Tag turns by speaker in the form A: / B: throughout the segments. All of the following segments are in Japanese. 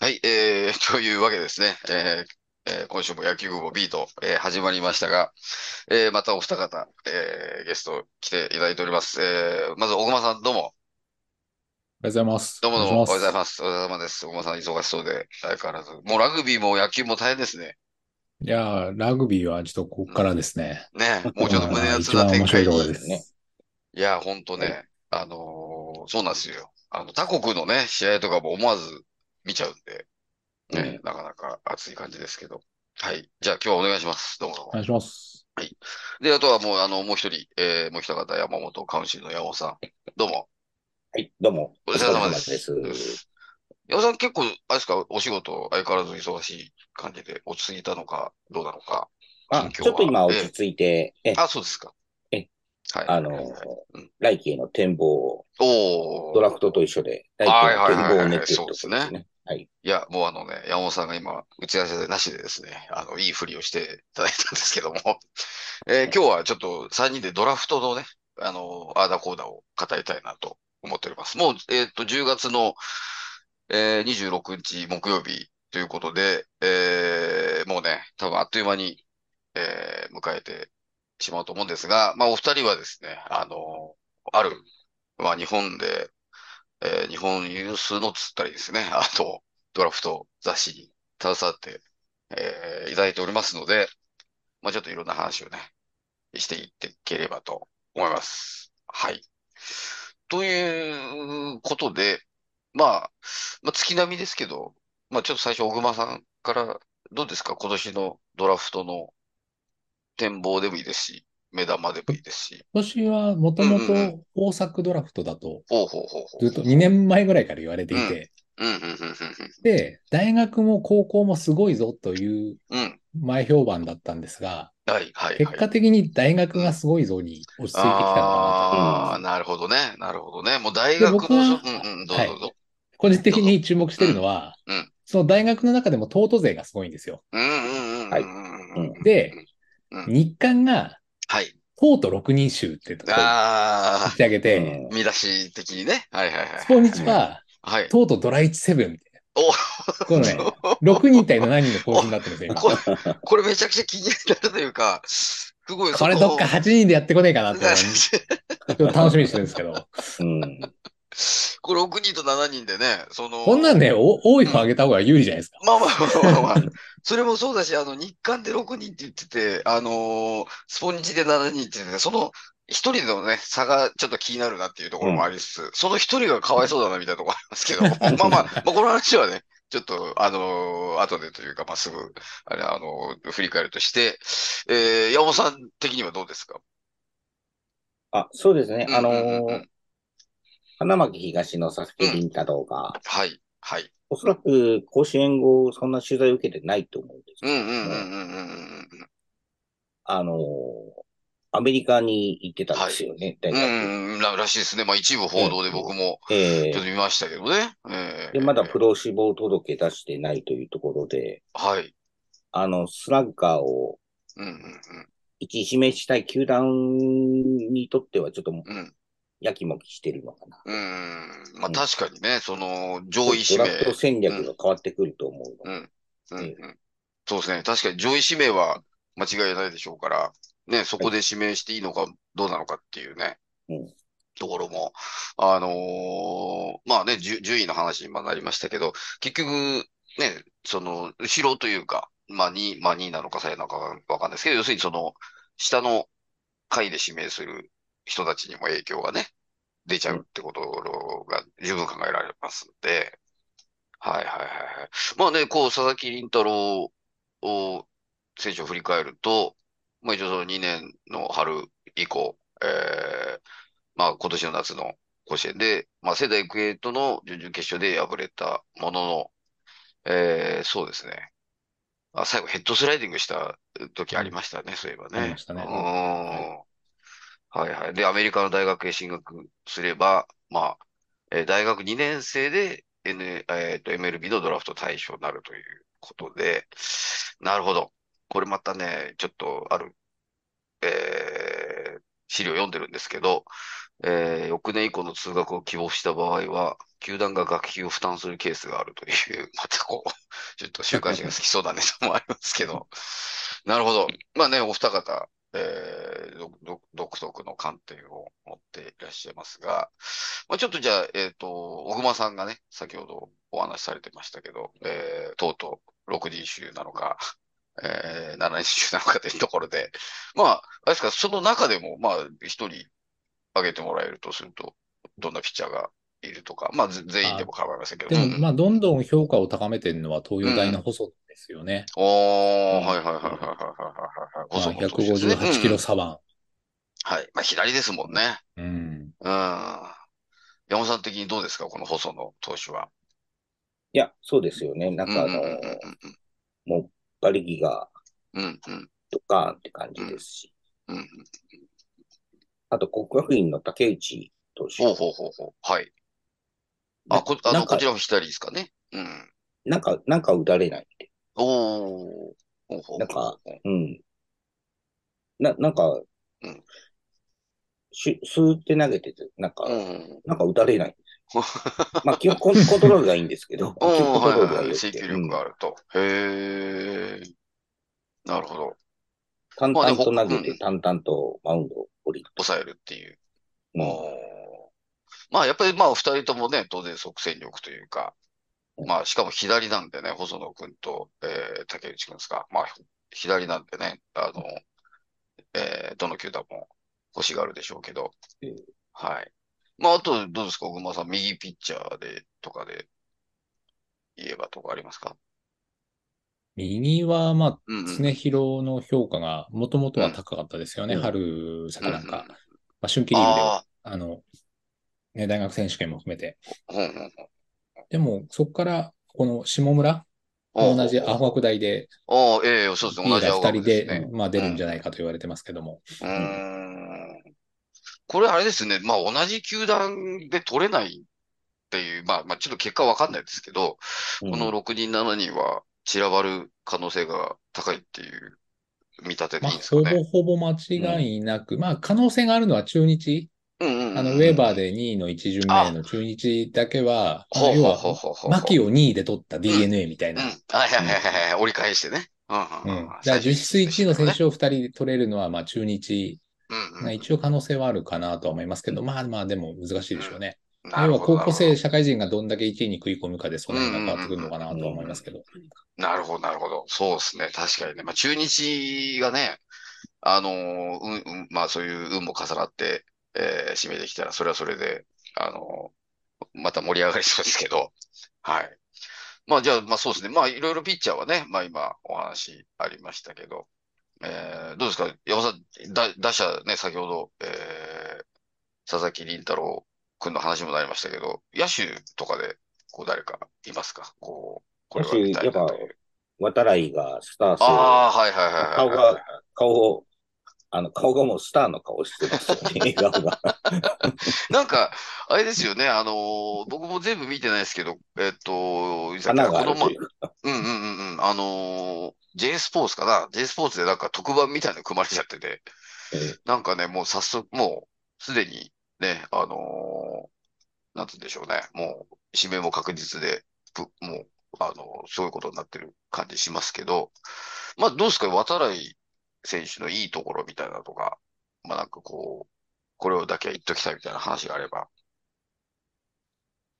A: はい、えー、と いうわけですね。えーえー今週も野球部ビート、えー始まりましたが、えーまたお二方、えーゲスト来ていただいております。えーまず、小熊さん、どうも。
B: おはようございます。
A: どうもどうも、おはようござい
B: す。
A: ます。おはようございます。小熊さん、忙しそうで、相変わらず。もうラグビーも野球も大変ですね。
B: いやー、ラグビーはちょっとここからですね。
A: ねもうちょっと胸熱
B: 一
A: な
B: 番
A: 展
B: 面白
A: 開
B: いところ
A: に。
B: です。ね、
A: いや、ほんとね、あのーそうなんですよ。あの、他国のね、試合とかも思わず見ちゃうんで、ね、なかなか熱い感じですけど。はい。じゃあ、今日はお願いします。どうもどうも
B: お。願いします。
A: で、あとはもう、あの、もう一人、えー、もう一方、山本カウンシルの山本さん。どうも。
C: はい、どうも。
A: お疲れ様です。
C: お疲れ様です
A: 山本さん、結構、あれですか、お仕事、相変わらず忙しい感じで、落ち着いたのか、どうなのか。
C: あ、
A: 近況
C: ちょっと今
A: は
C: 落ち着いて、え、
A: あ、そうですか。
C: え、
A: はい。
C: あの
A: うん、
C: 来季への展望を、
A: おー
C: ドラフトと一緒で、来季
A: はい
C: の
A: はいはいはい
C: 展望を練っているところです
A: そうです
C: ね。はい。
A: いや、もうあのね、山本さんが今、打ち合わせなしでですね、あの、いいふりをしていただいたんですけども、 えー今日はちょっと3人でドラフトのね、あの、アーダコーダを語りたいなと思っております。もう、えっと、10月の、えー、26日木曜日ということで、えーもうね、多分あっという間に、えー迎えてしまうと思うんですが、まあ、お二人はですね、あの、ある、まあ、日本で、えー日本有数のつったりですね、あと、ドラフト雑誌に携わって、えーいただいておりますので、まあ、ちょっといろんな話をね、していっていければと思います。はい。ということで、まあ、まあ、月並みですけど、まあ、ちょっと最初、小熊さんから、どうですか今年のドラフトの展望でもいいですし、目玉でもいいですし。
B: 今年はもとも
A: うんうんう
B: と大作ドラフトだと、
A: ほうほうほうほう。
B: ずっと2年前ぐらいから言われていて、
A: うん、うん、うん、うん
B: で、大学も高校もすごいぞという
A: うん、うん。
B: 前評判だったんですが、
A: はい、はい、
B: 結
A: はい。
B: 果的に大学がすごいぞに落ち着いてきたのか
A: ああ
C: う
A: ー、なるほどね。なるほどね。もう大
B: で
A: 学
B: 僕
A: の
B: は
A: そ、うんうん、どうぞどうぞ。
B: なと。個人的に注目してるのは
A: うんうん、
B: その大学の中でも東都勢がすごいんですよ。
A: うんうんうんうんうん。
C: はい
A: うん
B: で
A: うん、
B: 日韓が
A: はい。
B: 東都6人衆ってところを
A: あ
B: 立ち上げ
C: う
B: て、
C: ん
A: あ、見出し的にね。はいはいはい。
B: スポニチは、
A: はい。
B: とうとうドラ1セブンみたい
A: お
B: な。このね、6人対7人の構図になってますよ、今。
A: これ、これめちゃくちゃ気になるというか、すごい、
B: これどっか8人でやってこねえかなって、ち
A: その。
B: ょっと楽しみにしてるんですけど。
C: うん。
A: これ6人と7人でね、その。
B: こんなんね、お多い方上げた方が有利じゃないですか。
A: まあまあまあまあまあ、それもそうだし、あの、日韓で6人って言ってて、あのースポニチで7人って言ってて、その一人のね、差がちょっと気になるなっていうところもありつつ、その一人がかわいそうだなみたいなところありますけど、 まあまあ、まあ、この話はね、ちょっと、あのー後でというか、まあ、すぐ、あれ、あのー振り返るとして、えー、山本さん的にはどうですか
C: あ、そうですね。あの
A: うんうんうんう
C: ー
A: ん、
C: 花巻東の佐々木麟太郎が、
A: はい、はい。
C: おそらく甲子園後、そんな取材を受けてないと思うんです
A: うんうんうん
C: ね
A: うんうんうんうん。
C: あのー、アメリカに行ってたんですよね、大
A: う
C: 学。
A: んうん、ららしいですね。まあ、一部報道で僕も、
C: え
A: ちょっと
C: え。
A: 見ましたけどね。えー
C: で、まだプロ志望届出してないというところで、
A: はい。
C: あの、スラッガーを
A: うんうん
C: 一指名したい球団にとってはちょっと
A: うんうん
C: やきもきしてるのかな。
A: うんまあ
C: うん
A: 確かにね、その上位指
C: ドラ
A: 名、
C: フト戦略が変わってくると思
A: う
C: う
A: ん
C: の。
A: うん
C: え
A: うん、そうですね、確かに上位指名は間違いないでしょうから、ね、そこで指名していいのかどうなのかっていうね、
C: うん
A: ところも、あのーまあね、じゅ順位の話にもなりましたけど、結局、ね、その後ろというか、まあ2、まあ、2なのか3なのかわかんないですけど、要するにその下の下位で指名する人たちにも影響がね、出ちゃうってことが十分考えられますので、はいはいはいはい。まあね、こう、佐々木麟太郎を、選手を振り返ると、まあ一応その2年の春以降、えー、まあ今年の夏の甲子園で、まあ仙台育英との準々決勝で敗れたものの、えー、そうですね。あ、最後ヘッドスライディングした時ありましたね、そういえばね。
B: ありましたね
A: うんはいはい。で、アメリカの大学へ進学すれば、まあ、えー大学2年生で、N えーと MLB のドラフト対象になるということで、なるほど。これまたね、ちょっとある、えー資料読んでるんですけど、えー翌年以降の通学を希望した場合は、球団が学費を負担するケースがあるという、 またこう、ちょっと週刊誌が好きそうだねともありますけ ど。なるほど。まあね、お二方、えーどど独特の観点を持っていらっしゃいますが、まあ、ちょっとじゃあ、えっと、小熊さんがね、先ほどお話しされてましたけど、えーとうとう6人衆なのか、えー、7人衆なのかというところで、まあ、あれですか、その中でも、まあ、一人挙げてもらえるとすると、どんなピッチャーがいるとか、まあ、ぜ全員でも構いませんけど。
B: でも
A: うん、
B: まあ、どんどん評価を高めてるのは東洋大の細田ですよね。
A: おー、はいはいはいはいはいはいはい。
B: まあ、
A: 細野投手ですね
B: 158
A: う
B: キ
A: んう
B: ロ
A: ん
B: サバ
A: はい。まあ、左ですもんね。
B: ン。うん。
A: うん。山本さん的にどうですかこの細野投手は。
C: いや、そうですよね。なんかあの、
A: う
C: もう、馬力が
A: んうんうん
C: ドカーンって感じですし。
A: うんうんうんうん。
C: あと、国学院の竹内投手。
A: ほうほうほうほう。はい。あ、こ、あ
C: な
A: の、
C: んか
A: こちらも左ですかね。うん。
C: なんか、なんか打たれないって。
A: おー。ほうほうほうほう
C: なんかうん。な、なんか
A: うん、
C: し、スーって投げてて、なんか、
A: うん。
C: なんか打た れない。まあ、基本コンコントロールがいいんですけど、
A: うん、
C: 基本コントロー
A: は
C: ルが
A: いはい
C: 良く
A: 制
C: て、
A: 球力があると。へー。なるほど。
C: うん淡
A: まあで
C: 々
A: も
C: と投げ
A: う
C: て
A: ん、
C: 淡々とマウンドを降りる。
A: 抑えるっていう。
C: うん
A: おーまあ、やっぱりまあ、二人ともね、当然即戦力というか、まあ、しかも左なんでね、細野君と、えー竹内君ですか。まあ、左なんでね、あの、えーどの球団も欲しがるでしょうけど
C: うん、
A: はい。まあ、あと、どうですか、小熊さん、右ピッチャーで、とかで、言えばとかありますか
B: 右は、まあ、
A: うんうん。
B: 常広の評価がもともとは高かったですよね。
C: うん
B: 春、
A: うんう
B: 坂
A: ん
B: なんか、まあ、春季リーグでは、
A: あ
B: あの、ね、大学選手権も含めて。
A: あ、うんうん
B: でも、そこから、この下村
A: うん。
B: 同じ青学大で、
A: ああ、ええ、そうですね、
B: リ
A: 同
B: ー
A: じ
B: ダー
A: 青
B: 2
A: 学
B: 人
A: です
B: で、
A: ね。
B: まあ、出るんじゃないかと言われてますけども。
A: うーんこれあれですね。まあ同じ球団で取れないっていう、まあ、まあちょっと結果わかんないですけど、
C: うん
A: この6人7人は散らばる可能性が高いっていう見立てで
B: ま
A: い
B: あ、
A: いんですか
B: ほ
A: ね。
B: ぼほぼ間違いなく、まあ、可能性があるのは中日、
A: うんうんうん
B: あの、ウェーバーで2位の1巡目の中日だけは、あ
A: ほう
B: の要
A: ほう
B: は
A: ほう、ほうほう。
B: 牧を2位で取った DNA みたい
A: うん。
B: な。
A: はいはいはいはい。折り返してね。うん
B: う
A: うん
B: ん
A: うん。
B: だから実質1位の選
A: 最終
B: 手を2人で取れるのは、まあ中日
A: 的にね。うんう
B: が
A: ん。
B: 一応可能性はあるかなとは思いますけど、まあまあでも難しいでしょうね。
A: な
B: 要
A: る
B: は
A: ほど
B: 高校生、社会人がどんだけ1位に食い込むかで、その辺が変わってくるのかなとは思いますけど。
A: なるほど、なるほど。そうですね。確かにね。まあ、中日がね、あのーうん、うん、まあ、そういう運も重なって、えー、締めてきたら、それはそれで、あのーまた盛り上がりそうですけど。はい。まあ、じゃあ、まあ、そうですね。まあ、いろいろピッチャーはね、まあ、今、お話ありましたけど、えー、どうですか山本さん、だ、打者ね、先ほど、えー、佐々木麟太郎君の話もなりましたけど、野手とかで、こう、誰かいますかこう、これは見たいなという。
C: 渡来がスター性
A: ああ、はいはいはい
C: 顔
A: はいはい。
C: が、顔を、あの、顔がもうスターの顔してますよ ね、笑顔が。
A: なんか、あれですよね、あのー僕も全部見てないですけど、えっと、さっき
C: 花があ
A: こ
C: る
A: のま
C: とい、うか。
A: うんうんうんうん、あのー、J スポーツかな ?J スポーツでなんか特番みたいなの組まれちゃってて、
C: え
A: なんかね、もう早速、もうすでにね、あのー、なんて言うんでしょうね、もう指名も確実で、ぷもう、あのー、そういうことになってる感じしますけど、まあどうですか、渡来選手のいいところみたいなのとか、まあなんかこう、これをだけは言っときたいみたいな話があれば、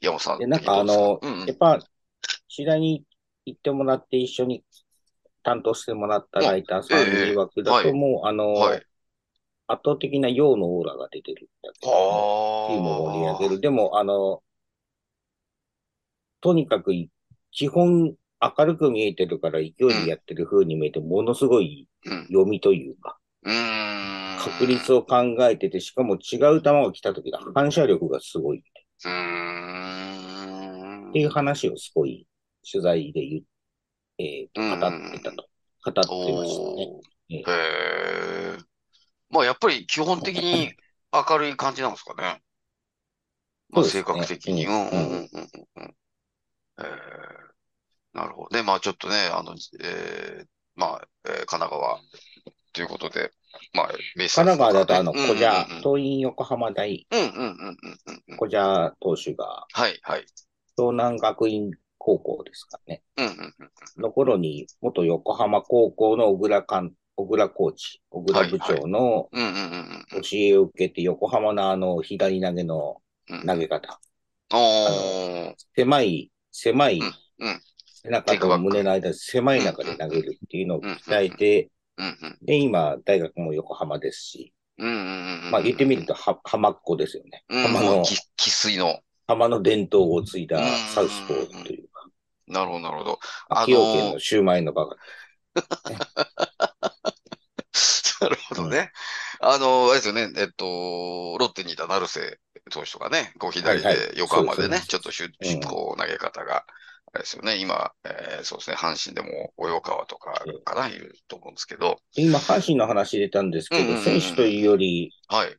A: 山本さん
C: えで、
A: 的
C: なん
A: に
C: か
A: どうで
C: あ
A: すう
C: の、
A: んうん
C: やっぱ、次第に行ってもらって一緒に担当してもらったライターさん
A: ええ
C: に枠だ
A: はい
C: ともう、あの、
A: はい。
C: 圧倒的な陽のオーラが出てるんだけども、チームを盛り上げる。でも、あの、とにかく、基本明るく見えてるから勢いでやってる風に見えて、ものすごい
A: うん
C: 読みというか、
A: うーん。
C: 確率を考えてて、しかも違う球が来た時の反射力がすごいっ
A: うーん。
C: ていう話をすごい取材で言う、えーと語ってたと。語ってましたね。
A: おー
C: ええ
A: へえ。まあ、やっぱり基本的に明るい感じなんですかね。まあ、
C: そうです
A: 性
C: ね
A: 格的に。う
C: うんん
A: うんうんうんうん。へえ。なるほど。で、まあ、ちょっとね、あの、えーまあ、えー神奈川ということで、まあ、メッセー
C: 神
A: ジ
C: 奈川だとあの、
A: うんうん
C: 小じゃ
A: うん、
C: 桐蔭横浜大、
A: うんうんうんうんうんうん。
C: 小じゃ投手が、
A: はいはい。
C: 湘南学院高校ですかね。
A: うんうんうん。
C: の頃に、元横浜高校の小倉監、小倉コーチ、小倉部長の
A: うんうんうん
C: 教えを受けて、横浜のあの、左投げの
A: うんうん。
C: 投げ方、
A: おー。
C: 狭い、狭い、
A: うんうん
C: 背中と胸の間、狭い中で投げるっていうのを鍛えて、
A: うんうん
C: で、今、大学も横浜ですし、
A: うんうんうん。
C: まあ言ってみると、は、浜っ子ですよね。
A: うん、
C: 浜
A: もう
C: の、
A: き生粋の。
C: 浜の伝統を継いだサウスポーというか、
A: なるほど、なるほど。あのー
C: 崎陽軒のシューマイのバカ。
A: なるほどね。あの、あれですよね、えっと、ロッテにいた成瀬投手とかね、こう左
C: はいはい
A: で横浜でね、ち
C: そ
A: ょっとシュシュ
C: うん
A: こう投げ方が、あれですよね、今、えーそうですね、阪神でも及川とかかな、いると思うんですけど、
C: 今、阪神の話出たんですけ
A: うんうん
C: ど
A: う、ん
C: 選手というより、
A: はい、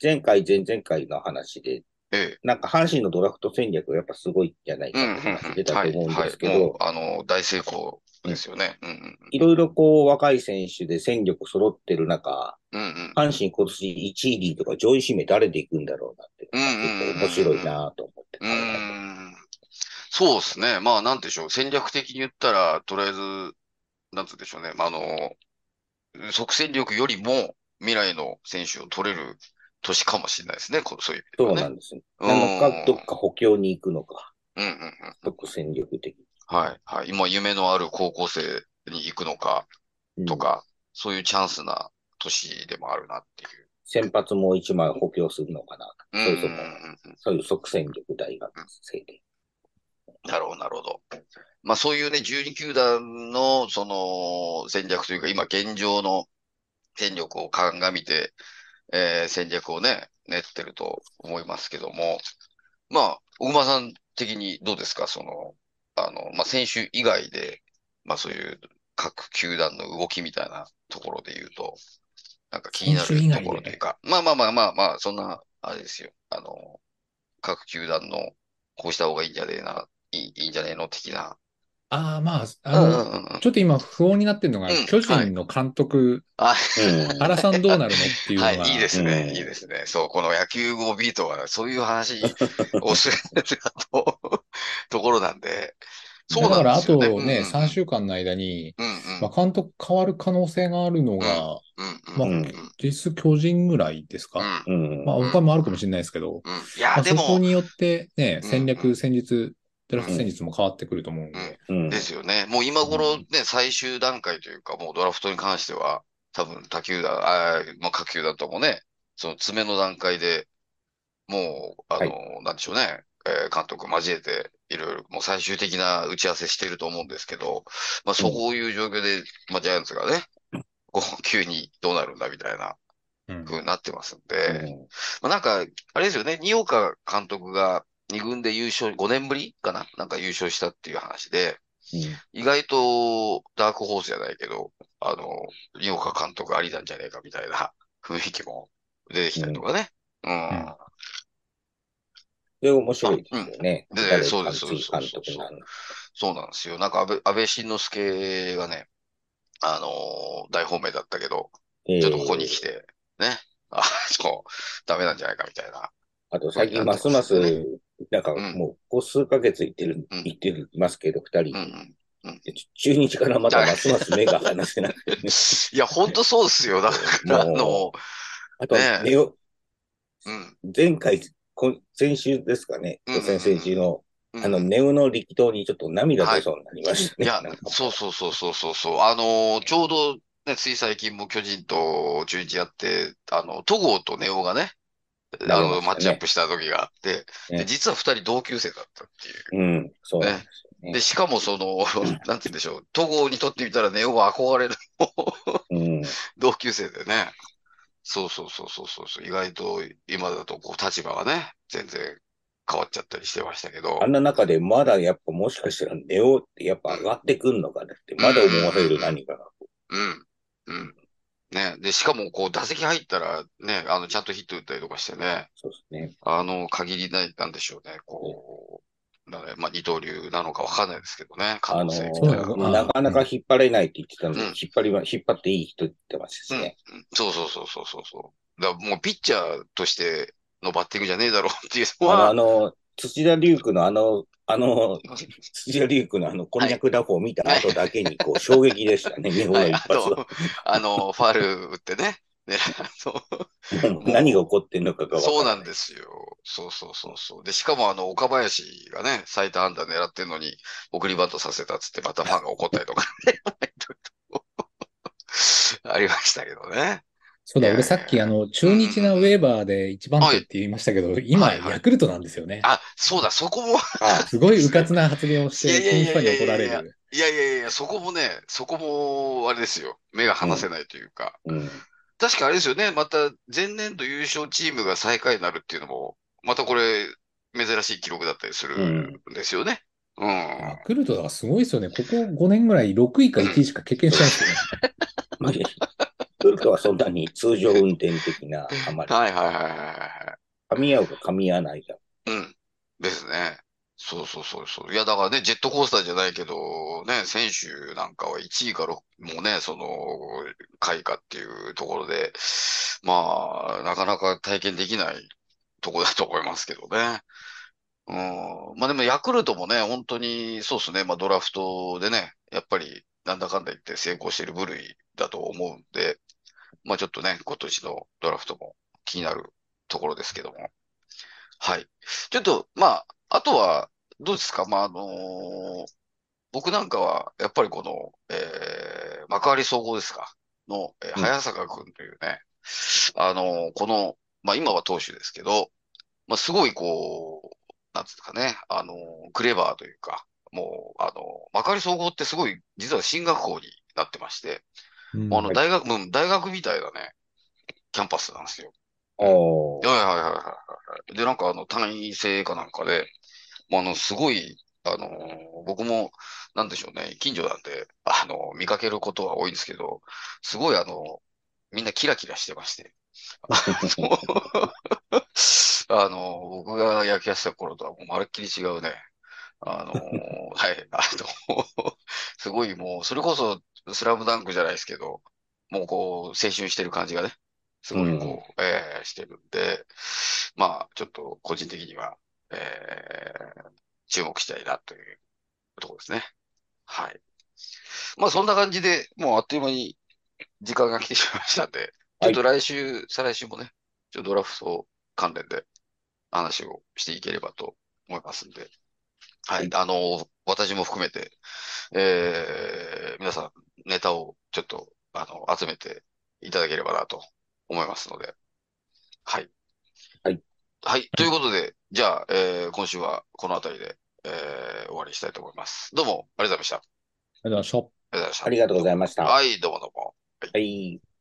C: 前回、前々回の話で、
A: ええ、
C: なんか阪神のドラフト戦略がやっぱすごいんじゃないか
A: う
C: っ
A: ん、うん、
C: て
A: うん、
C: 話出た
A: は
C: と
A: い、
C: 思うん
A: は
C: ですけ
A: い、もう
C: ど、、
A: あの、大成功ですよね。うん、
C: いろいろこう若い選手で戦力揃ってる中、
A: うん、うん、
C: 阪神今年1位リーとか上位指名誰で行くんだろうなって、
A: うんうんうん
C: 結構面白いなと思って
A: う。ーんそうですね。まあ、なんていうんでしょう。戦略的に言ったら、とりあえず、なんつうんでしょうね。まあ、あの、即戦力よりも未来の選手を取れる年かもしれないですね。こうそういう意
C: そう
A: 味で
C: な
A: はね。
C: んですね。
A: うん
C: なのか、どっか補強に行くのか、
A: うんうんうん。
C: 即戦力的
A: はい。はい。今、夢のある高校生に行くのか
C: に。
A: と
C: うん
A: か、そういうチャンスな年でもあるなっていう。
C: 先発もう一枚補強するのかな。
A: う
C: そ
A: ん
C: れと
A: うんうん
C: も、
A: うん。
C: そういう即戦力大学生 で。
A: なるほど、なるほど。まあそういうね、12球団のその戦略というか、今現状の戦力を鑑みて、えー戦略をね、練ってると思いますけども、まあ、小熊さん的にどうですかその、あの、まあ選手以外で、まあそういう各球団の動きみたいなところで言うと、なんか気になる
B: 選手以外
A: と
B: で
A: ころというか、まあまあまあまあまあ、そんな、あれですよ。あの、各球団のこうした方がいいんじゃねえな、いいいいんじゃねえの的な。
B: ああ、まあ、
A: うん
B: あ
A: う
B: の、
A: んうんうん。
B: ちょっと今不穏になってるのが、
A: うん
B: 巨人の監督、
A: あ、
C: うん。
B: 原さんどうなるのっていうの
A: は
B: が、
A: い、いいですね、
C: うん
A: いいですね。そう、この野球語ビートは、そういう話をする とところなんで、そう
B: だ
A: な
B: か
A: んで
B: らあ
A: すよね。
B: とね、
A: うんうん
B: 3週間の間に、
A: うんうん
B: まあ、監督変わる可能性があるのが、
A: うんうん
B: まあ
A: うんうん
B: 実質巨人ぐらいですか。
A: うん
C: うん。
B: まあ、他もあるかもしれないですけど、
A: うんい
B: ま
A: や、
B: あ、
A: で
B: そこ
A: も、
B: によってね、
A: うん
B: 戦略、戦術、ドラフト戦術も変わってくると思うんで、
C: うん
A: ですよね。もう今頃
B: う
A: ね、最終段階というか、もうドラフトに関しては、多分他球団、あーまあ、各球団ともね、その詰めの段階でもう、あの、なんでしょうね、えー監督交えて、いろいろ、もう最終的な打ち合わせしてると思うんですけど、まあ、そういう状況で、まあ、ジャイアンツがね、こう、急にどうなるんだみたいな
B: うん
A: 風になってますん
C: う
A: で、
C: ん
A: まあ、なんか、あれですよね、二岡監督が二軍で優勝、5年ぶりかななんか優勝したっていう話で、意外とダークホースじゃないけど、あの、井岡監督ありなんじゃねえかみたいな 雰囲気も出てきたりとかね。うん。
B: ん
C: それ面白いですよね。
A: うんで
C: 誰
A: そうで
C: か
A: す
C: 次監督になるの
A: そうなんですよ。なんか安倍、安倍晋之助がね、あのー大本命だったけど、
C: ええ
A: ちょっとここに来て、ね。あ、そう、ダメなんじゃないかみたいな。
C: あと最近ますます、なんかもう、ここ数ヶ月行ってる
A: うん、
C: 行ってますけど、二
A: うんう
C: 人。
A: ん。
C: 中日からまたますます目が離せない。
A: いや、ほんとそうですよ。だから、あの
C: も、あと、
A: ねえ
C: ネオ
A: うん。
C: 前回、今先週ですかね、
A: うんうんうん
C: 先々週の、
A: うん
C: あの、ネオの力投にちょっと涙出そうになりまし
A: い
C: たね。
A: や
C: なん、か
A: そうそうそうそうそうそう。あのーちょうど、ね、つい最近も巨人と中日やって、あの、戸郷とネオがね、あの、マッチアップした時があって、で、
C: ね
A: 実は二人同級生だったっていう。
C: うん、そうなんですよ
A: で、
C: ね。
A: しかもそ の、なんて言うんでしょう、戸郷にとってみたらネオは憧れる
C: うん、
A: 同級生でね。そうそうそうそうそうそう。意外と今だとこう立場がね、全然変わっちゃったりしてましたけど。
C: あんな中でまだやっぱもしかしたらネオってやっぱ上がってくんのかなって、まだ思わせる何かが。
A: うん。うん。ね。で、しかも、こう、打席入ったら、ね、あの、ちゃんとヒット打ったりとかしてね、
C: そうですね。
A: あの、限りない、なんでしょうね、こう、だから、まあ、二刀流なのかわかんないですけどね、可能
C: あの
A: 性
B: そうだ
A: う
B: よ
A: ん
B: うん
C: なかなか引っ張れないって言ってたので、
A: うん
C: 引っ張りは、引っ張っていい人って言ってますしね。
A: そうそうそうそうそうそう。だからもうピッチャーとしてのバッティングじゃねえだろうっていうの
C: あの、あ
A: は、
C: の、土田龍空のあの、あの、土田龍空のあの、こんにゃく打法を見た後だけに、こう、衝撃でしたね、日本 の
A: はい、
C: 一
A: あ
C: 発は。
A: の、あの、ファール打ってね。ね、あの
C: 何が起こってんのかが
A: の
C: わか
A: そう
C: ら
A: なんですよ。そうそうそうそう。で、しかもあの、岡林がね、最多安打狙ってるのに、送りバントさせたっつって、またファンが怒ったりとかね。 ありましたけどね。
B: そうだ、
A: いやいや
B: 俺さっき、あの、中日なウェーバーで一番手って言いましたけど、今、
A: はいはい
B: ヤクルトなんですよね。
A: あ、そうだ、そこも、
C: あ
B: すごい迂闊な発言をし
A: い
B: て、
A: やいや
B: その
A: い
B: 人
A: やい
B: に
A: や
B: 怒られ
A: いやい
B: る。
A: いやいやいや、そこもね、そこも、あれですよ。目が離せないというか。
C: うん。
A: 確かあれですよね。また、前年度優勝チームが最下位になるっていうのも、またこれ、珍しい記録だったりするんですよね。うん。
B: ヤクルトがすごいですよね。ここ5年ぐらい6位か1位しか経験してないですよね。
C: まあ、ドルトはそんなに通常運転的な、あまり、
A: はいはいはいはいは
C: 噛み合うか噛み合わないか。
A: い。うん。ですね。そうそうそうそう。いや、だからね、ジェットコースターじゃないけど、ね、選手なんかは1位か6もね、その、下位かっていうところで、まあ、なかなか体験できないとこだと思いますけどね。うん。まあでも、ヤクルトもね、本当に、そうですね、まあドラフトでね、やっぱり、なんだかんだ言って成功している部類だと思うんで、まあちょっとね、今年のドラフトも気になるところですけども。はい。ちょっと、まあ、あとは、どうですかまあ、あのー僕なんかは、やっぱりこの、えー、幕張総合ですかの、えー
C: うん
A: 早坂君というね、あのーこの、まあ今は投手ですけど、まあすごいこう、なんていうんですかね、あのークレバーというか、もう、あのー幕張総合ってすごい、実は進学校になってまして、
B: うん
A: もうあの、大学、うん大学みたいなね、キャンパスなんですよ。
C: おー
A: はいはいはいはいはい。で、なんかあの、単位制かなんかで、もうあの、すごい、あのー僕も、なんでしょうね、近所なんで、あのー見かけることは多いんですけど、すごいあの、みんなキラキラしてまして。 あのー僕が野球やってた頃とはもうまるっきり違うね。あのーはい、あの、 すごいもう、それこそ、スラムダンクじゃないですけど、もうこう、青春してる感じがね、すごいこう、えーしてるんで、まあ、ちょっと個人的には、えー注目したいなというところですね。はい。まあ、そんな感じで、もうあっという間に時間が来てしまいましたんで、ちょっと来週、再来週もね、ちょっとドラフト関連で話をしていければと思いますんで、は
C: はい
A: い、あの、私も含めて、えー皆さん、ネタをちょっと、あの、集めていただければなと思いますので、はい。
C: はい。
A: はい、ということで、じゃあ、えー今週はこの辺りで、えー終わりにしたいと思います。どうも、ありがとうございました。あ
B: ありがとうございました。
A: りがとうございました。
C: ありがとうございま
A: はい、どうもどう
C: した。
A: も。
C: はい。